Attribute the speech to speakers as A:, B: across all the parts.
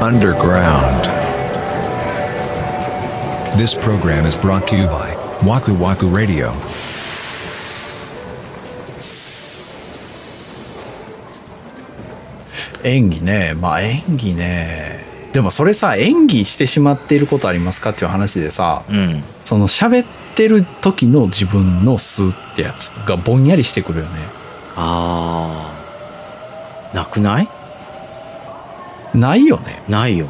A: underground. This program is brought to you by Waku Waku Radio.
B: 演技ねまあ演技ねでもそれさ演技してしまっていることありますかっていう話でさ
C: うん
B: その喋ってる時の自分の素ってやつがぼんやりしてくるよね
C: あーなくない
B: ないよね
C: ないよ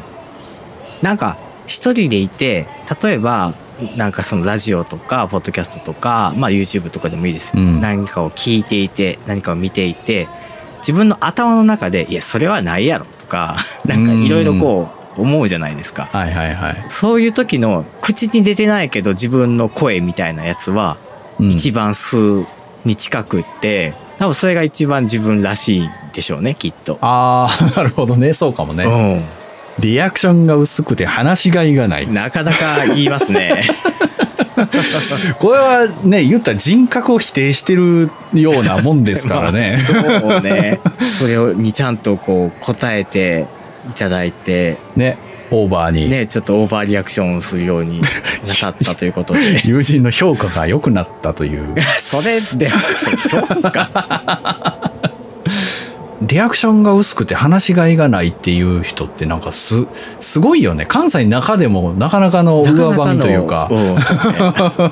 C: なんか一人でいて例えばなんかそのラジオとかポッドキャストとか、まあ、YouTube とかでもいいです、
B: うん
C: 何かを聞いていて何かを見ていて自分の頭の中で「いやそれはないやろ」とかなんかいろいろこう思うじゃないですか、
B: はいはいはい、
C: そういう時の口に出てないけど自分の声みたいなやつは
B: うん
C: 一番数に近くって、多分それが一番自分らしいんでしょうねきっと。
B: ああ なるほどねそうかもね、
C: うん
B: リアクションが薄くて話しがいがない
C: なかなか言いま すね。
B: これはね言ったら人格を否定してるようなもんですから ね
C: そうね。それをにちゃんとこう答えていただいて、
B: ねオーバーに、。
C: ね、ちょっとオーバーリアクションをするようになさったということで
B: 友人の評価が良くなったという
C: それでは、そうか。
B: リアクションが薄くて話しがいがないっていう人ってなんかすすごいよね関西の中でもなかなかの上ばみというか
C: うん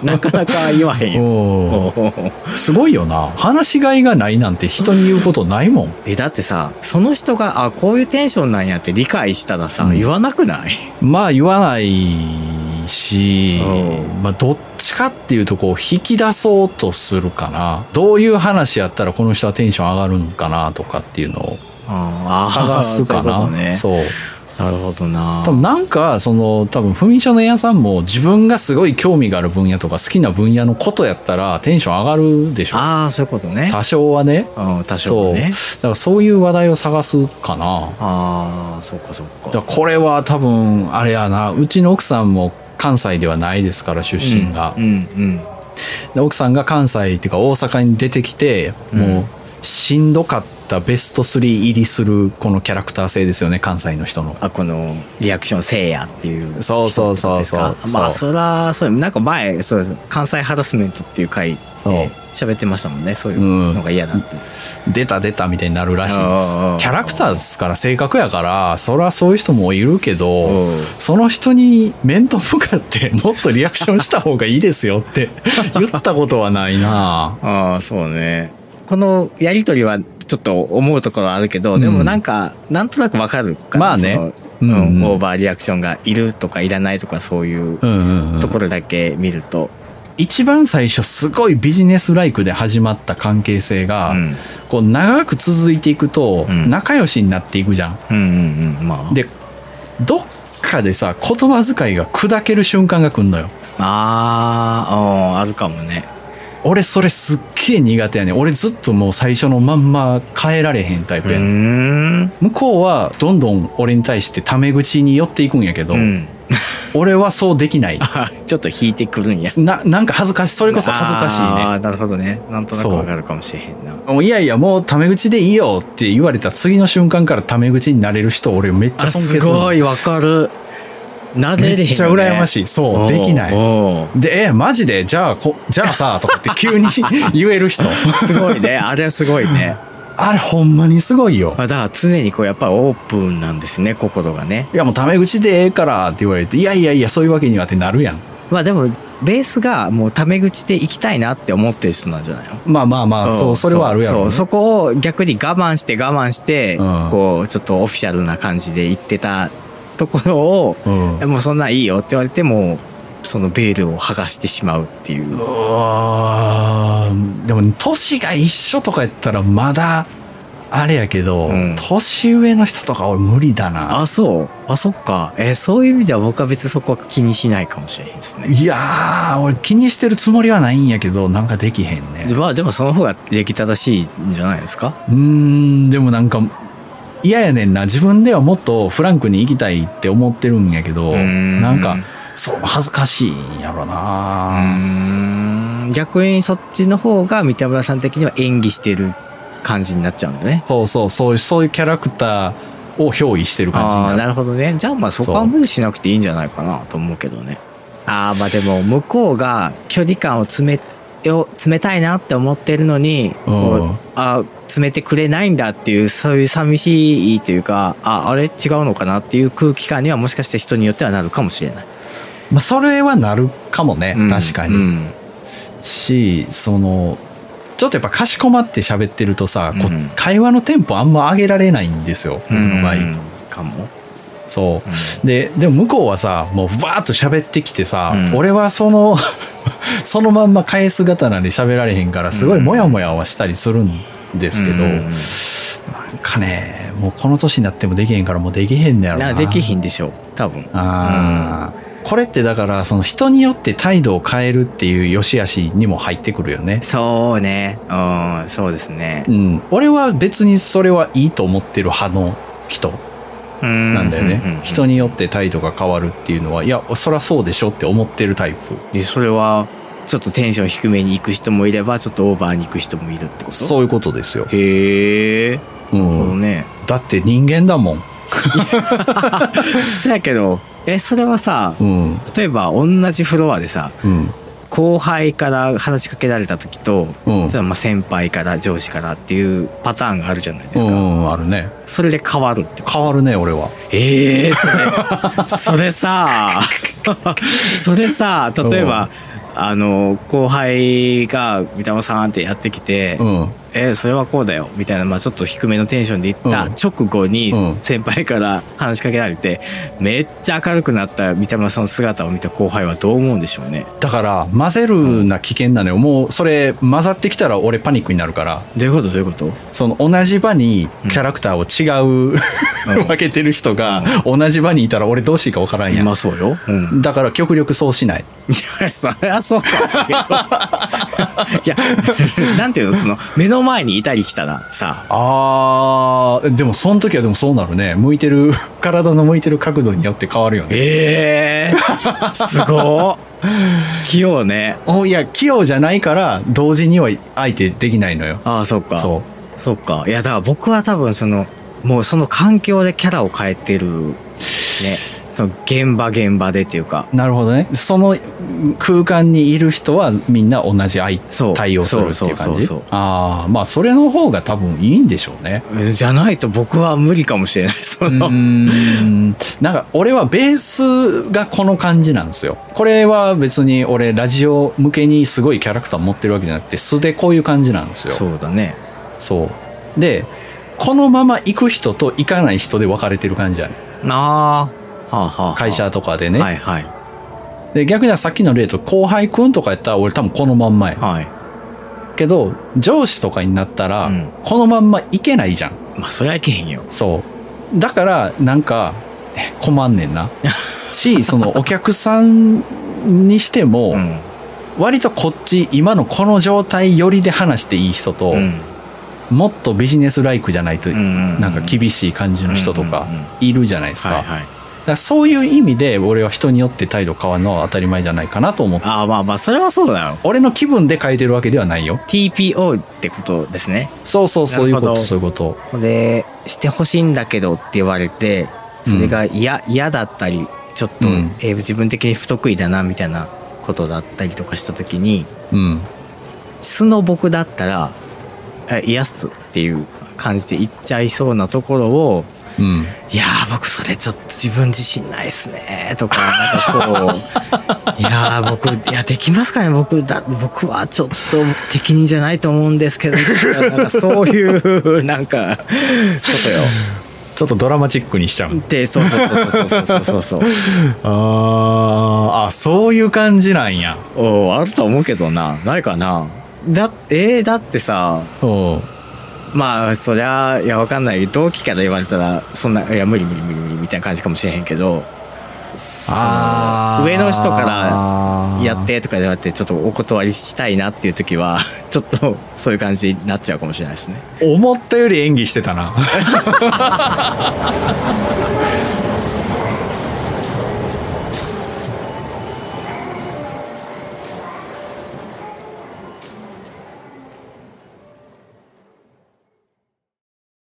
C: なかなか言わへんよ。
B: うんすごいよな話しがいがないなんて人に言うことないもん
C: えだってさその人があこういうテンションなんやって理解したらさ、
B: うん
C: 言わな くない
B: まあ言わないし
C: う、
B: まあ、どっちかっていうとこう引き出そうとするかなどういう話やったらこの人はテンション上がるのかなとかっていうのを
C: あー
B: 探すかな
C: そういうことね
B: そう
C: なるほどな
B: 多分なんかその多分文書の屋さんも自分がすごい興味がある分野とか好きな分野のことやったらテンション上がるでしょ
C: ああそういうことね
B: 多少はね
C: うん多少はね
B: そうだからそういう話題を探すかな
C: ああそうかそうか
B: だからこれは多分あれやなうちの奥さんも関西ではないですから出身が
C: う、んうん
B: で奥さんが関西っていうか大阪に出てきてもううしんどかったベスト3入りするこのキャラクター性ですよね関西の人の
C: あこのリアクションせいやっていう
B: そうそうそうそう
C: 人ってことですかまあ
B: そ
C: そらそうなんか前そうです関西ハラスメントっていう回で
B: う
C: 喋ってましたもんねそういうのが嫌だって、
B: 出た出たみたいになるらしいです
C: ああ
B: キャラクターですから性格やからそりゃそういう人もいるけど
C: うん
B: その人に面と向かってもっとリアクションした方がいいですよって 言ったことはないな
C: ああそうねこのやり取りはちょっと思うところはあるけど、で
B: う
C: も
B: ん
C: なんかなんとなくわかるから
B: まあね
C: その
B: うんうん
C: うんオーバーリアクションがいるとかいらないとかそういう
B: うんうんうん
C: ところだけ見ると、
B: 一番最初すごいビジネスライクで始まった関係性が、
C: うん
B: こう長く続いていくと
C: うん
B: 仲良しになっていくじゃん。
C: うんうんうんまあ
B: でどっかでさ言葉遣いが砕ける瞬間が来んのよ。
C: ああうんあるかもね
B: 俺それすっげえ苦手やねん俺ずっともう最初のまんま変えられへんタイ
C: う
B: プやねん、
C: ーん
B: 向こうはどんどん俺に対してタメ口に寄っていくんやけど、
C: うん
B: 俺はそうできない
C: ちょっと引いてくるんや
B: ななんか恥ずかしいそれこそ恥ずかしいね
C: あーなるほどねなんとなく
B: そう
C: わかるかもしれへんな
B: もういやいやもうタメ口でいいよって言われた次の瞬間からタメ口になれる人俺めっちゃ
C: あ
B: 尊敬
C: す
B: する
C: ごいわかるなで
B: めっ
C: れへん
B: ちゃ羨ましい
C: い
B: そうできないでえマジでじゃあこじゃあさとかって急に 言える 人
C: すごいねあれはすごいね
B: あれほんまにすごいよ
C: まあ、だから常にこうやっぱオープンなんですね心がね
B: いやもうタメ口でええからって言われていやいやいやそういうわけにはってなるやん
C: まあでもベースがもうタメ口で行きたいなって思ってる人なんじゃないの
B: まあまあまあ
C: ん
B: そうそれはあるやろ
C: そう
B: ね
C: そこを逆に我慢して我慢して、
B: うん
C: こうちょっとオフィシャルな感じで行ってたところを、
B: うん
C: もうそんなんいいよって言われてもそのベールを剥がしてしまうっていう
B: うわーでも年が一緒とかやったらまだあれやけど、
C: うん
B: 年上の人とか俺無理だな
C: あそうあそっかえそういう意味では僕は別にそこは気にしないかもしれへんですね
B: いやー、俺気にしてるつもりはないんやけど、なんかできへんね。
C: まあでもその方が歴正しいんじゃないですか
B: うーん、でもなんか、嫌やねんな。自分ではもっとフランクに生きたいって思ってるんやけど、
C: ーん
B: なんか、そう、恥ずかしいんやろ
C: う
B: な、
C: ーん逆にそっちの方が三田村さん的には演技してる感じになっちゃうんだね
B: そうそう、そういう、そういうキャラクターを憑依してる感じに
C: ああー
B: な
C: な
B: る
C: るほどねじゃあまあそこ
B: そ
C: は
B: う
C: 無理しなくていいんじゃないかなと思うけどねああまあでも向こうが距離感を詰めを詰めたいなって思ってるのに
B: う
C: こ
B: ん
C: うあー詰めてくれないんだっていうそういう寂しいというかああれ違うのかなっていう空気感にはもしかして人によってはなるかもしれない、
B: まあ、それはなるかもね、
C: うん
B: 確かに、
C: うん
B: しそのちょっとやっぱかしこまって喋ってるとさ、こ
C: うん
B: 会話のテンポあんま上げられないんですよ僕の場合、
C: うんかも
B: そう、
C: う
B: ででも向こうはさもうバーッと喋ってきてさ、
C: うん
B: 俺はその そのまんま返す刀で喋られへんからすごいモヤモヤはしたりするんですけど、
C: うん
B: なんかねもうこの年になってもできへんからもうできへんねやろな
C: なできひんでしょう多分
B: あーこれってだからその人によって態度を変えるっていう良し悪しにも入ってくるよね
C: そうねうんそうですね
B: うん俺は別にそれはいいと思ってる派の人
C: な
B: なんだよね人によって態度が変わるっていうのはいやそりゃそうでしょって思ってるタイプ
C: でそれはちょっとテンション低めに行く人もいればちょっとオーバーに行く人もいるってこと
B: そういうことですよ、
C: へえ
B: う
C: なるほど
B: ん、
C: ね
B: だって人間だもん
C: そやけどえそれはさ
B: うんうん
C: 例えば同じフロアでさ
B: うん
C: 後輩から話しかけられた時と、
B: うん
C: じゃあまあ先輩から上司からっていうパターンがあるじゃないです
B: う
C: か、
B: んあるね
C: それで変わるってこと
B: 変わるね俺は
C: ええそれそれ さそれさ例えばあの後輩が「三田さん」ってやってきて「
B: うん
C: えーそれはこうだよ」みたいな、まあ、ちょっと低めのテンションで言った
B: うん
C: 直後に
B: うん
C: 先輩から話しかけられて、めっちゃ明るくなった三田村さんの姿を見た後輩はどう思うんでしょうね
B: だから混ぜるな危険なのよもうそれ混ざってきたら俺パニックになるから
C: どういうことどういうこと
B: その同じ場にキャラクターを違う、 分けてる人が同じ場にいたら俺どうしていいか分からんやん、
C: まあそうよ、うん、
B: だから極力そうしない
C: いや、そりゃそうだけど。いや、なんていうの、その、目の前にいたりしたらさ、
B: あーでもその時はでもそうなるね向いてる 体の向いてる角度によって変わるよね
C: ええすごい。器用ね。
B: おいや器用じゃないから同時には相手できないのよ
C: ああ、そうか。。
B: そう
C: そうか。いや、だから僕は多分その、もうその環境でキャラを変えてる、ね。その、現場現場でっていうか。
B: うなるほどねその空間にいる人はみんな同じ相
C: そう
B: 対応するっていう感じ
C: そうそうそうそう
B: ああまあそれの方が多分いいんでしょうね
C: えじゃないと僕は無理かもしれない。その、
B: うんなんか俺はベースがこの感じなんですよこれは別に俺ラジオ向けにすごいキャラクター持ってるわけじゃなくて素でこういう感じなんですよそう
C: そうだね。
B: でこのまま行く人と行かない人で分かれてる感じやね
C: なあ。はあはあはあ、
B: 会社とかでね、
C: はいはい。
B: で逆にさっきの例と後輩くんとかやったら俺多分このまんまや
C: はい。
B: けど上司とかになったら
C: うん
B: このまんま行けないじゃん
C: まあ、そりゃいけへんよ。
B: そうだからなんかえ困んね んなしそのお客さんにしても、
C: うん。
B: 割とこっち今のこの状態よりで話していい人と、
C: うん
B: もっとビジネスライクじゃないと、
C: んうんうん
B: なんか厳しい感じの人とか
C: うんうんうん
B: いるじゃないですか,、
C: はいはい。
B: だからそういう意味で俺は人によって態度変わるのは当たり前じゃないかなと思って
C: ああまあまあそれはそうだよ。
B: 俺の気分で変えてるわけではないよ
C: TPO ってことですね。
B: そうそうそういうこ
C: なる
B: と
C: ほど
B: そういうこと
C: これしてほしいんだけどって言われてそれが嫌、嫌だったりちょっと、
B: うん
C: えー自分的に不得意だなみたいなことだったりとかした時に
B: うん
C: 素の僕だったらえ嫌っすっていう感じで言っちゃいそうなところを
B: うん
C: いやー僕それちょっと自分自信ないっすねとかなんか こういやー僕いやできますかね僕だ僕はちょっと適任じゃないと思うんですけどなんかそういうなんかことよ
B: ちょっとドラマチックにしちゃう
C: でそうそうそうそうそう そうそう
B: あーあそういう感じなんや
C: おーあると思うけどなないかなだえー、だってさ
B: おう
C: まあそりゃいやわかんない同期から言われたらそんないや無理無理無理無理みたいな感じかもしれへんけど
B: あー
C: 上の人からやってとかじゃなくてちょっとお断りしたいなっていう時は ちょっとそういう感じになっちゃうかもしれないですね
B: 思ったより演技してたな